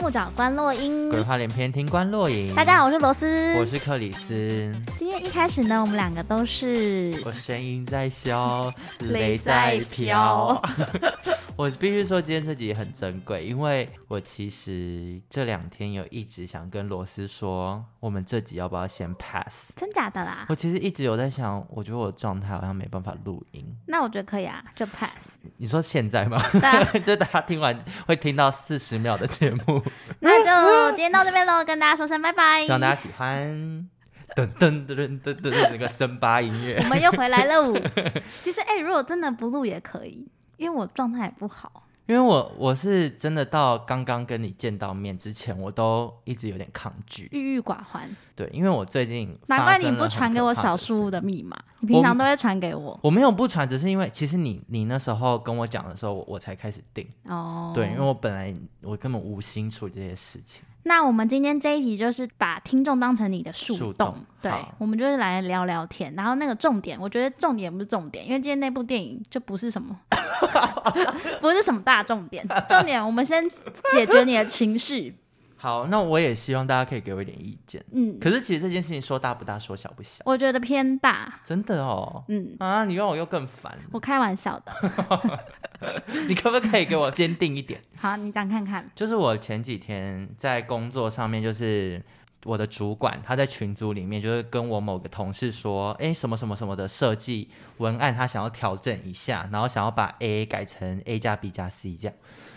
部长关洛英。鬼话连篇，听官落影。大家好，我是罗我斯。是克里斯，今天一开始呢，我们两个都是我声音在消，雷雷在在飘飘。 我必须说，今天这集很珍贵，因为我其实这两天有一直想跟罗斯说，我们这集要不要先 pass？真假的啦我。其实一直有在想，我觉得我状态好像没办法录音。那我觉得可以啊，就 pass。你说现在吗？那 就大家听完会听到四十秒的节目，那就今天到这边喽，跟大家说声拜拜。希望大家喜欢。噔噔噔噔噔噔，那个森巴音乐我。们又回来 喽。其实哎、如果真的不录也可以，因为我状态也不好。因为我我是真的到刚刚跟你见到面之前，我都一直有点抗拒。郁郁寡欢，对，因为我最近难怪发生你了不很传可给我怕小的树事屋的密码，你平常都会传给我我没有不传，只是因为其实你你那时候跟我讲的时候，我我才开始定。哦。对，因为我本来我根本无心处理这些事情。那我们今天这一集就是把听众当成你的树洞，树洞对好，我们就是来聊聊天。然后那个重点，我觉得重点不是重点，因为今天那部电影就不是什 么，不是什么大重点。重点，我们先解决你的情绪。 好，那我也希望大家可以给我一点意见。嗯，可是其实这件事情说大不大，说小不小，我觉得偏大。真的哦。嗯，啊！你让我又更烦，我开玩笑的。你可不可以给我坚定一点？好，你讲看看。就是我前几天在工作上面，就是我的主管他在群组里面，就是跟我某个同事说，诶，什么什么什么的设计文案，他想要调整一下，然后想要把 A 改成 A 加 B 加 C 这样。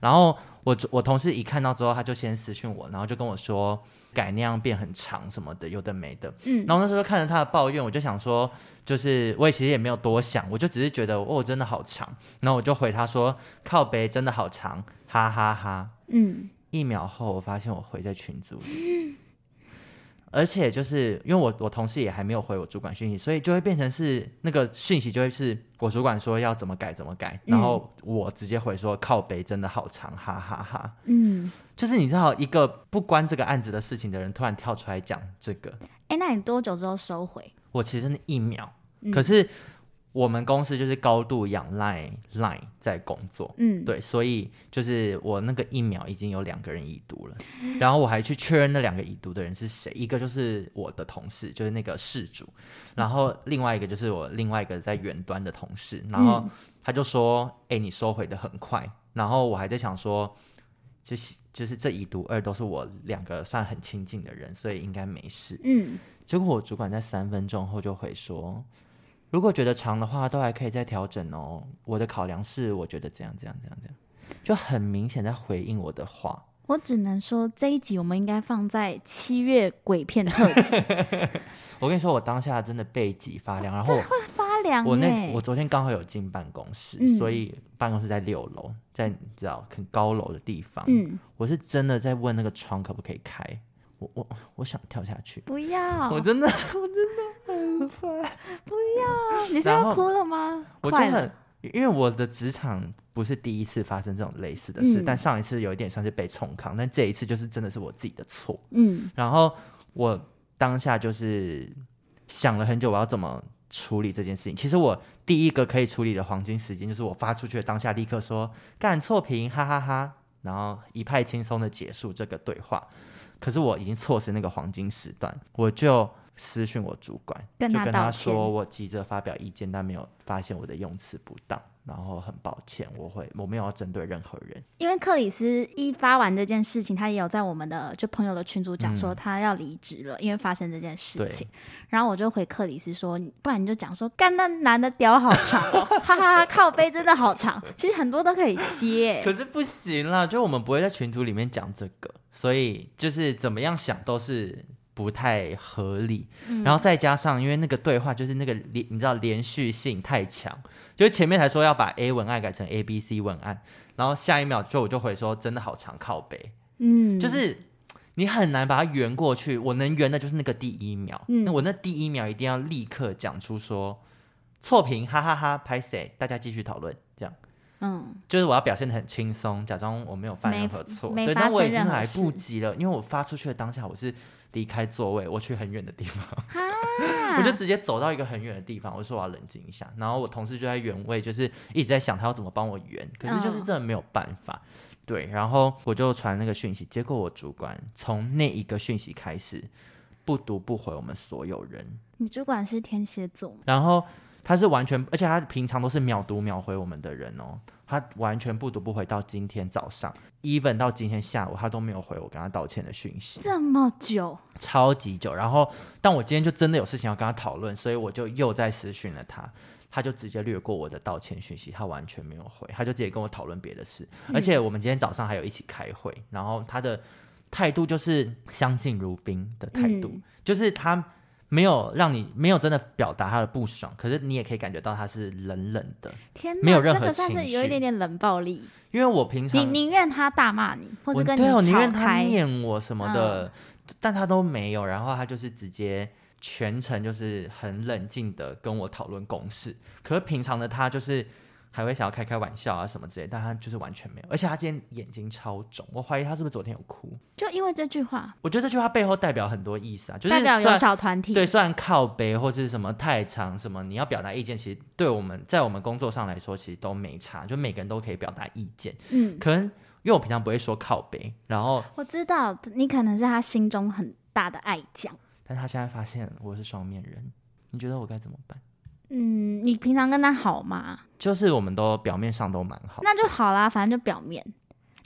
然后我我同事一看到之后，他就先私讯我，然后就跟我说改那样变很长什么的，有的没的。嗯然后那时候看着他的抱怨，我就想说，就是我也其实也没有多想，我就只是觉得哦，真的好长。然后我就回他说，靠北真的好长，哈哈哈。嗯，一秒后，我发现我回在群组里，而且就是因为我我同事也还没有回我主管讯息，所以就会变成是那个讯息就会是我主管说要怎么改怎么改，嗯然后我直接回说靠北真的好长，哈哈哈嗯，就是你知道一个不关这个案子的事情的人突然跳出来讲这个，哎、那你多久之后收回？我其实真的一秒，嗯可是我们公司就是高度仰赖 Line 在工作，嗯，对，所以就是我那个一秒已经有两个人已读了，然后我还去确认那两个已读的人是谁，一个就是我的同事，就是那个事主，然后另外一个就是我另外一个在远端的同事，然后他就说：“哎、你收回的很快。”然后我还在想说，就是就是这已读二都是我两个算很亲近的人，所以应该没事。嗯，结果我主管在三分钟后就回说，如果觉得长的话，都还可以再调整哦。我的考量是，我觉得怎样怎样怎样怎样，就很明显在回应我的话。我只能说这一集我们应该放在七月鬼片特 辑，我跟你说，我当下真的背脊发凉，然后我发凉、欸。我那我昨天刚好有进办公室，嗯所以办公室在六楼，在你知道很高楼的地方，嗯，我是真的在问那个窗可不可以开，我我我想跳下去，不要，我真的你是然要后哭了吗？我就快了很，因为我的职场不是第一次发生这种类似的事，嗯但上一次有一点算是被冲康，但这一次就是真的是我自己的错。嗯然后我当下就是想了很久，我要怎么处理这件事情。其实我第一个可以处理的黄金时间，就是我发出去的当下，立刻说干错评，哈哈哈然后一派轻松的结束这个对话。可是我已经错失那个黄金时段，我就私讯我主管，跟就他跟道他歉说我急着发表意见，但没有发现我的用词不当，然后很抱歉，我会我没有要针对任何人。因为克里斯一发完这件事情，他也有在我们的就朋友的群组讲嗯说他要离职了，因为发生这件事情。然后我就回克里斯说，你不然你就讲说，干那男的屌好长、 哦，哈哈哈，靠背真的好长。其实很多都可以接、可是不行啦，就我们不会在群组里面讲这个，所以就是怎么样想都是不太合理。嗯然后再加上，因为那个对话就是那个连，你知道连续性太强，就是前面才说要把 A 文案改成 A B C 文案，然后下一秒就我就回说真的好长靠背，嗯，就是。你很难把它圆过去，我能圆的就是那个第一秒。嗯那我那第一秒一定要立刻讲出说错评，哈哈哈拍谁？大家继续讨论，这样。嗯，就是我要表现的很轻松，假装我没有犯任何错，没对，发但我生已经任何来不事及了，因为我发出去的当下，我是离开座位，我去很远的地方，啊 我就直接走到一个很远的地方，我说我要冷静一下。然后我同事就在原位，就是一直在想他要怎么帮我圆，可是就是嗯真的没有办法。对，然后我就传那个讯息，结果我主管从那一个讯息开始，不读不回我们所有人，你主管是天蝎座吗，然后他是完全，而且他平常都是秒读秒回我们的人哦，他完全不读不回到今天早上，even 到今天下午他都没有回我跟他道歉的讯息，这么久，超级久。然后，但我今天就真的有事情要跟他讨论，所以我就又在私讯了他。他就直接略过我的道歉讯息，他完全没有回，他就直接跟我讨论别的事。嗯而且我们今天早上还有一起开会，然后他的态度就是相敬如宾的态度，嗯就是他没有让你没有真的表达他的不爽，可是你也可以感觉到他是冷冷的，天哪，没有任这何个算是情有一绪点点冷暴力。因为我平你常宁愿他大骂你，或是我跟对啊我宁吵愿他开，嗯念我什么的，但他都没有，然后他就是直接全程就是很冷静的跟我讨论公事，可是平常的他就是。还会想要开开玩笑啊什么之类，但他就是完全没有，而且他今天眼睛超肿，我怀疑他是不是昨天有哭。就因为这句话，我觉得这句话背后代表很多意思啊，就是代表虽有然小团体。对，虽然靠背或是什么太长什么，你要表达意见，其实对我们在我们工作上来说，其实都没差，就每个人都可以表达意见。嗯，可能因为我平常不会说靠背，然后我知道你可能是他心中很大的爱将。但他现在发现我是双面人，你觉得我该怎么办？嗯，你平常跟他好吗？就是我们都表面上都蛮好，那就好啦，反正就表面。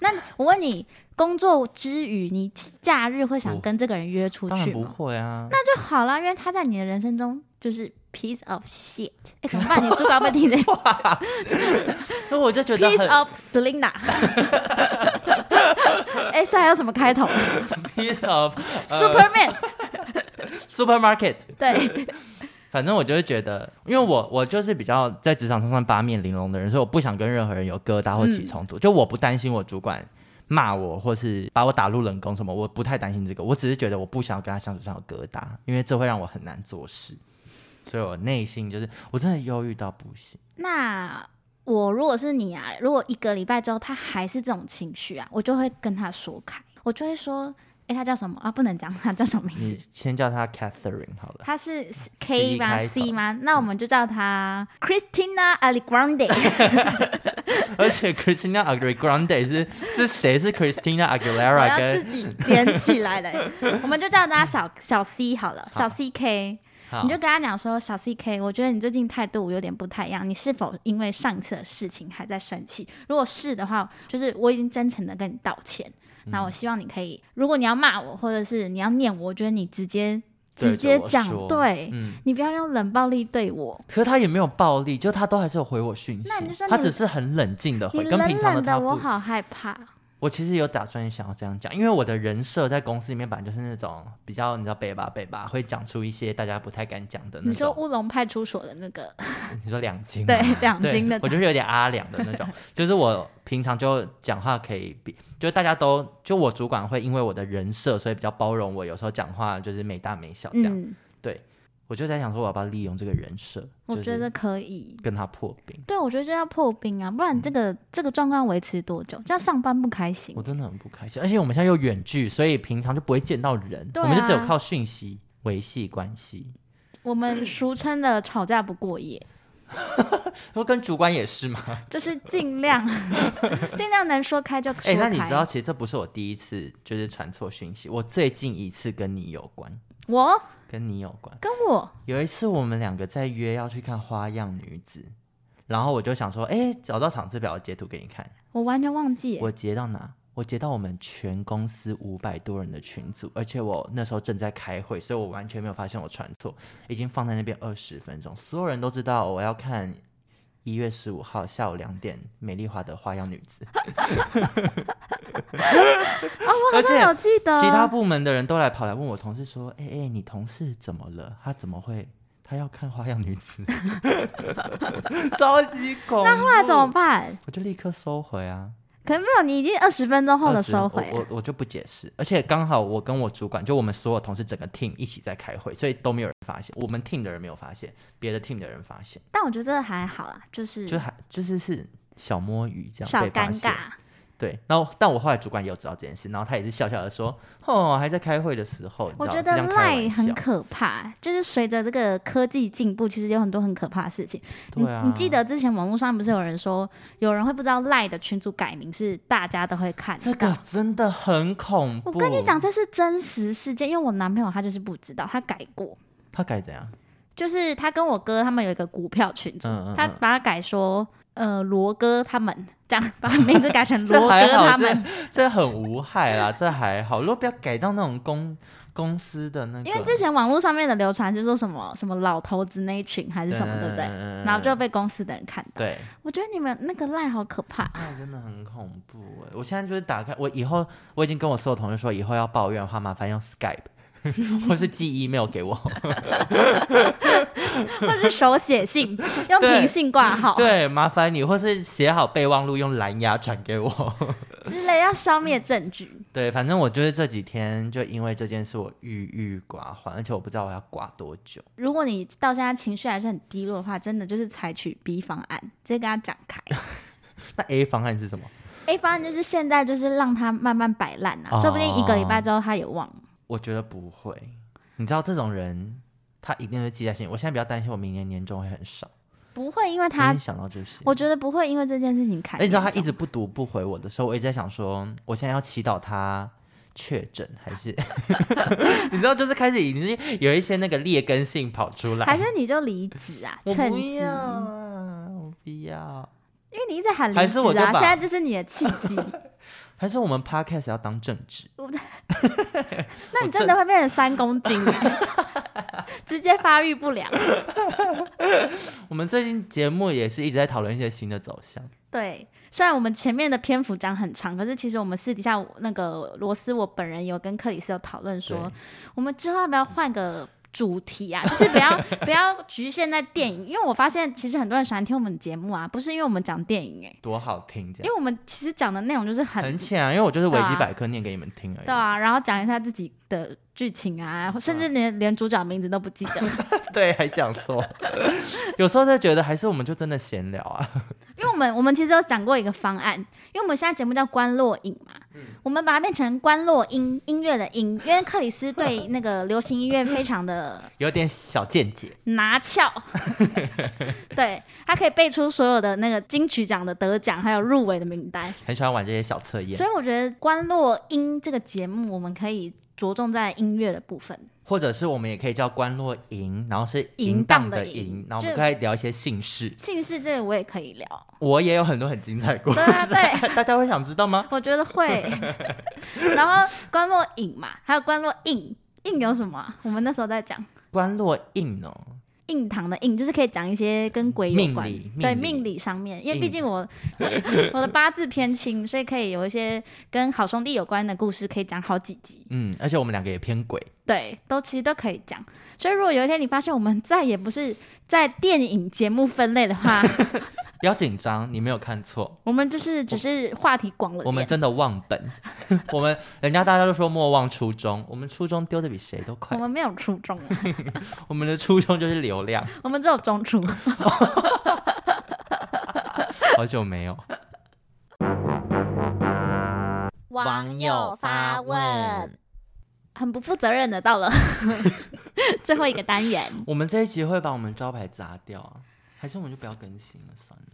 那我问你，工作之余，你假日会想不跟这个人约出哦当然去不吗？会啊。那就好啦，因为他在你的人生中就是 piece of shit。哎，怎么办？你主管被听 的那 我就觉得 piece 很 of Selina。哎，这还有什么开 头呃 piece of 呃？Superman。 supermarket。对，反正我就会觉得，因为我我就是比较在职场上算八面玲珑的人，所以我不想跟任何人有疙瘩或嗯起冲突。就我不担心我主管骂我或是把我打入冷宫什么，我不太担心这个。我只是觉得我不想跟他相处上有疙瘩，因为这会让我很难做事。所以我内心就是我真的忧郁到不行。那我如果是你啊，如果一个礼拜之后他还是这种情绪啊，我就会跟他说开，我就会说，哎、他叫什么啊？不能讲他叫什么名你字。先叫他 Catherine 好了， 他是 K 吗嗯开头嗯？C 吗？那我们就叫他 Christina Aligrande。而且 Christina Aguilera 是是谁？是 Christina 我 Aguilera 要自跟己连起来了，我们就叫他小小 C 好了，小 CK。好你就跟他讲说，小 CK，我觉得你最近态度有点不太一样，你是否因为上次的事情还在生气？如果是的话，就是我已经真诚的跟你道歉。那嗯我希望你可以，如果你要骂我，或者是你要念我，我觉得你直接对直接着我讲，说对、嗯。你不要用冷暴力对我。可是他也没有暴力，就他都还是有回我讯息那你就说，他你只是很冷静的你回，跟冷平常冷他的，不。我好害怕。我其实有打算想要这样讲，因为我的人设在公司里面本来就是那种比较，你知道北吧北吧，会讲出一些大家不太敢讲的那你说种。乌龙派出所的那个， 你说两斤吗，对，两对斤的我，就是有点阿两的那 种，就是我平常就讲话可以比，就是大家都就我主管会因为我的人设，所以比较包容我，有时候讲话就是没大没小这样。嗯，我就在想说，我要不要利用这个人设，我就是觉得可以。跟他破冰。对，我觉得这要破冰啊，不然嗯这个、这个状况要维持多久？这样上班不开心我。真的很不开心，而且我们现在又远距，所以平常就不会见到人，对啊我们就只有靠讯息维系关系。我们俗称的吵架不过夜，说跟主管也是嘛。就是尽 量尽量能说开就说开。哎、那你知道，其实这不是我第一次就是传错讯息，我最近一次跟你有关，我跟你有关。跟我有一次我们两个在约要去看《花样女子》，然后我就想说，哎、找到场次表，我截图给你看。我完全忘记耶，我截到哪？我截到我们全公司五百多人的群组，而且我那时候正在开会，所以我完全没有发现我传错，已经放在那边二十分钟，所有人都知道我要看一月十五号下午两点美丽华的《花样女子》哦我好像有记得。其他部门的人都来跑来问我同事说：“哎、哎、你同事怎么了？他怎么会？他要看《花样女子》，超级恐怖。”那后后来怎么？办？我就立刻收回啊。可能没有，你已经二十分钟后的20收回我了。我我就不解释。而且刚好我跟我主管，就我们所有同事整个 team 一起在开会，所以都没有人发现，我们 team 的人没有发现，别的 team 的人发现，但我觉得这还好啦，就是就还就是是小摸鱼这样少被发嗯尴现尬。对，然后但我后来主管也有知道这件事，然后他也是笑笑的说：“哦，还在开会的时候，你知我道觉这得样开赖玩很笑可怕，就是随着这个科技进步，其实有很多很可怕的事情。对啊你你记得之前网络上不是有人说，有人会不知道赖的群主改名是大家都会看到。这个真的很恐怖。我跟你讲，，这是真实事件，因为我男朋友他就是不知道，他改过，他改怎样？就是他跟我哥他们有一个股票群组，嗯嗯他嗯把它改说呃罗哥他们这样，把名字改成 这罗还哥好他这们。这很无害啦，这还好。如果不要改到那种公公司的那个，因为之前网络上面的流传是说什么什么老头子那一群还是什么，对不对？嗯然后就被公司的人看到。对，我觉得你们那个赖好可怕。哎，真的很恐怖哎！我现在就是打开我以后，我已经跟我所有同事说，以后要抱怨的话，麻烦用 Skype 或是寄 email 给 我。或者是手写信，用对平信挂号对，麻烦你，或是写好备忘录，用蓝牙传给我。 之类，要消灭证据。对，反正我就是这几天就因为这件事，我郁郁寡欢，而且我不知道我要寡多久。如果你到现在情绪还是很低落的话，真的就是采取 B 方案，直接跟他讲开。那 A 方案是什么？ A 方案就是现在就是让他慢慢摆烂啊，哦说不定一个礼拜之后他也忘了。我觉得不会，你知道这种人，他一定会记在心里。我现在比较担心，我明年年终会很少。不会，因为我已他经，想到这些，我觉得不会因为这件事情砍嗯哎。你严知重。道他一直不读不回我的时候，我一直在想说，我现在要祈祷他确诊还是？ 你知道，就是开始已经有一些那个劣根性跑出来。还是你就离职啊，我趁不机，要啊，我不要。因为你一直喊离还职是我就啊，把现在就是你的契机。还 是我们 podcast 要当正职？那你真的会变成三公斤 欸，直接发育不良。我们最近节目也是一直在讨论一些新的走向。对，虽然我们前面的篇幅讲很长，可是其实我们私底下那个罗斯，我本人有跟克里斯有讨论说对，我们之后要不要换个主题啊？ 就是不要不要局限在电影，因为我发现其实很多人喜欢听我们节目啊，不是因为我们讲电影哎、多好听，这因样为我们其实讲的内容就是很很浅啊，因为我就是维对基啊百科念给你们听而已。对啊，然后讲一下自己的剧情啊，甚至连连主角名字都不记得， 对，还讲错。 有时候就觉得还是我们就真的闲聊啊。因为我们我们其实有讲过一个方案，因为我们现在节目叫关落影嘛，嗯我们把它变成关落音音乐的音，因为克里斯对那个流行音乐非常的有点小见解。拿 翘，对他可以背出所有的那个金曲奖的得奖还有入围的名单，很喜欢玩这些小测验所，以我觉得关落音这个节目我们可以着重在音乐的部分，或者是我们也可以叫关落淫，然后是淫淫荡荡的的淫淫，然后我就们可以聊一些姓氏。姓氏这个我也可以聊，我也有很多很精彩的故事 对， 啊对。大家会想知道吗？我觉得会。 然后关落影嘛，还有关落印，印有什么啊、我们那时候在讲关落印哦，印堂的印，就是可以讲一些跟鬼有关，命理对命理命理上面，因为印毕竟我我的八字偏轻，所以可以有一些跟好兄弟有关的故事，可以讲好几集。嗯，而且我们两个也偏鬼，对，都其实都可以讲。所以如果有一天你发现我们再也不是在电影节目分类的话， 不要紧张，你没有看错，我们就是只是话题广了我们点。真的忘本， 我们人家大家都说莫忘初衷，我们初衷丢的比谁都我快，们没有初衷 啊，我们的初衷就是流量，我们只有中初。 好久没有。网友发问。很不负责任的到了 最后一个单元，我们这一集会把我们招牌砸掉啊，还是我们就不要更新了，算了。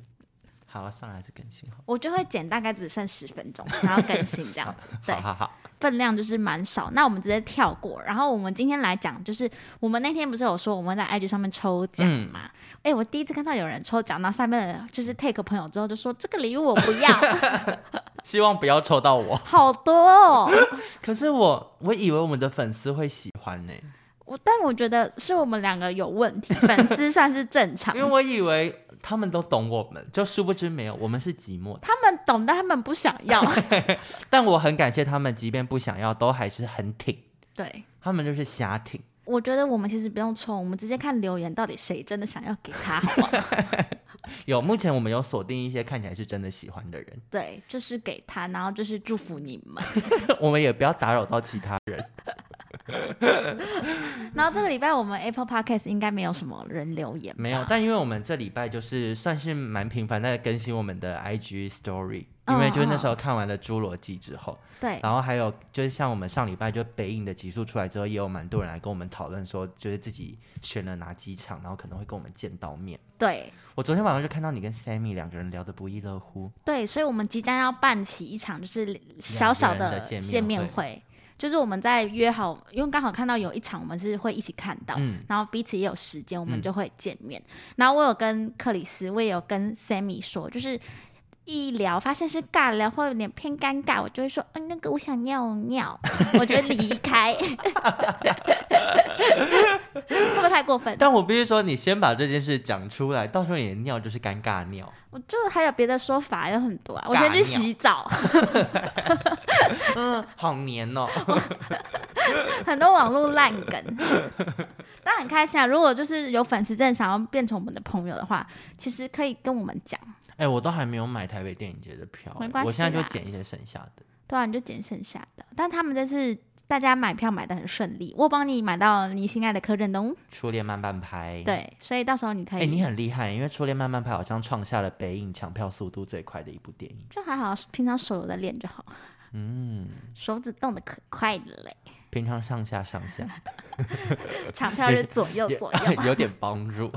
好了，算了，还是更新好。。我就会剪大概只剩十分钟，然后更新这样子对好，好好，分量就是蛮少，那我们直接跳过。然后我们今天来讲，就是我们那天不是有说我们在 IG 上面抽奖嗯嘛？哎、我第一次看到有人抽奖，然后下面的人就是 take 朋友之后就说这个礼物我不要，。希望不要抽到我好多哦。可是我，我以为我们的粉丝会喜欢 呢、我但我觉得是我们两个有问题，粉丝算是正常因为，我以为他们都懂我们，就殊不知没有，我们是寂寞的。他们懂，但他们不想要。 但我很感谢他们，即便不想要，都还是很挺。对，他们就是瞎挺。我觉得我们其实不用抽，我们直接看留言到底谁真的想要给他， 好不好？有，目前我们有锁定一些看起来是真的喜欢的人，对，就是给他，然后就是祝福你们。我们也不要打扰到其他人。然后这个礼拜我们 Apple Podcast 应该没有什么人留言，没有，，但因为我们这礼拜就是算是蛮频繁在更新我们的 IG Story，因为嗯就是那时嗯候看完了《侏罗纪》之后，对，然后还有就是像我们上礼拜就北影的集数出来之后，也有蛮多人来跟我们讨论说，就是自己选了哪几场，然后可能会跟我们见到面。对，我昨天晚上就看到你跟 Sammy 两个人聊得不亦乐乎，对，所以我们即将要办起一场就是小小人的的见面见面会会，就是我们在约好，因为刚好看到有一场我们是会一起看到，嗯，然后彼此也有时间，我们嗯就会见面。然后我有跟克里斯，我也有跟 Sammy 说，就是一聊发现是尬聊，会有点偏尴尬，我就会说，嗯、那个我想尿尿，我觉得离开， 会不会太过分？但我必须说，你先把这件事讲出来，到时候你的尿就是尴尬尿， 我就还有别的说法，有很多啊。我先去尬尿洗澡，嗯，好黏哦。很多网络烂梗，但很开心啊！如果就是有粉丝真的想要变成我们的朋友的话，其实可以跟我们讲，哎、我都还没有买台北电影节的票、没哎关我现在系就啦捡一些剩下的。对啊，你就捡剩下的。但他们这次大家买票买的很顺利，我帮你买到你心爱的柯震东，初恋慢半拍，，对，所以到时候你可嗯哎、以，你很厉害，因为初恋慢半拍好像创下了北影抢票速度最快的一部电影。就还好，平常手游的练就好，嗯，手指动的可快了 嘞，平常上下上下 抢票就左右也。左右哎 有点帮助。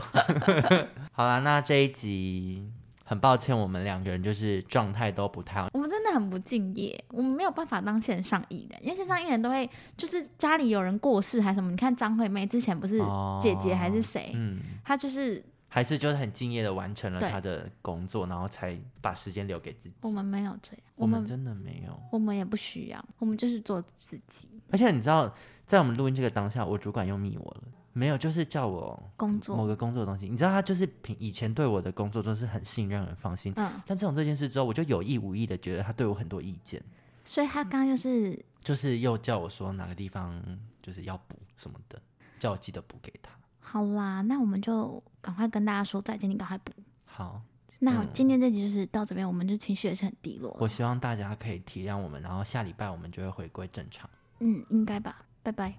好啦，那这一集很抱歉，我们两个人就是状态都不太好。 我们真的很不敬业，我们没有办法当线上艺人，因为线上艺人都会就是家里有人过世还是什么，你看张惠妹之前不是哦姐姐还是谁，嗯，她就是还是就是很敬业的完成了对他的工作，然后才把时间留给自己。我们没有这样，我我们们真的没有。我们也不需要，我们就是做自己而且你知道，在我们录音这个当下，我主管又密我了，没有，就是叫我工某作。个工作的东西。你知道，他就是平以前对我的工作都是很信任、很放心，嗯，但自从这件事之后，我就有意无意的觉得他对我很多意见，所以她刚刚就是就是又叫我说哪个地方就是要补什么的，叫我记得补给他。好啦，那我们就赶快跟大家说再见，你赶快补。好，那好今天这集就是到这边，我们就情绪也是很低落了我希望大家可以体谅我们，然后下礼拜我们就会回归正常。嗯，应该吧，拜拜。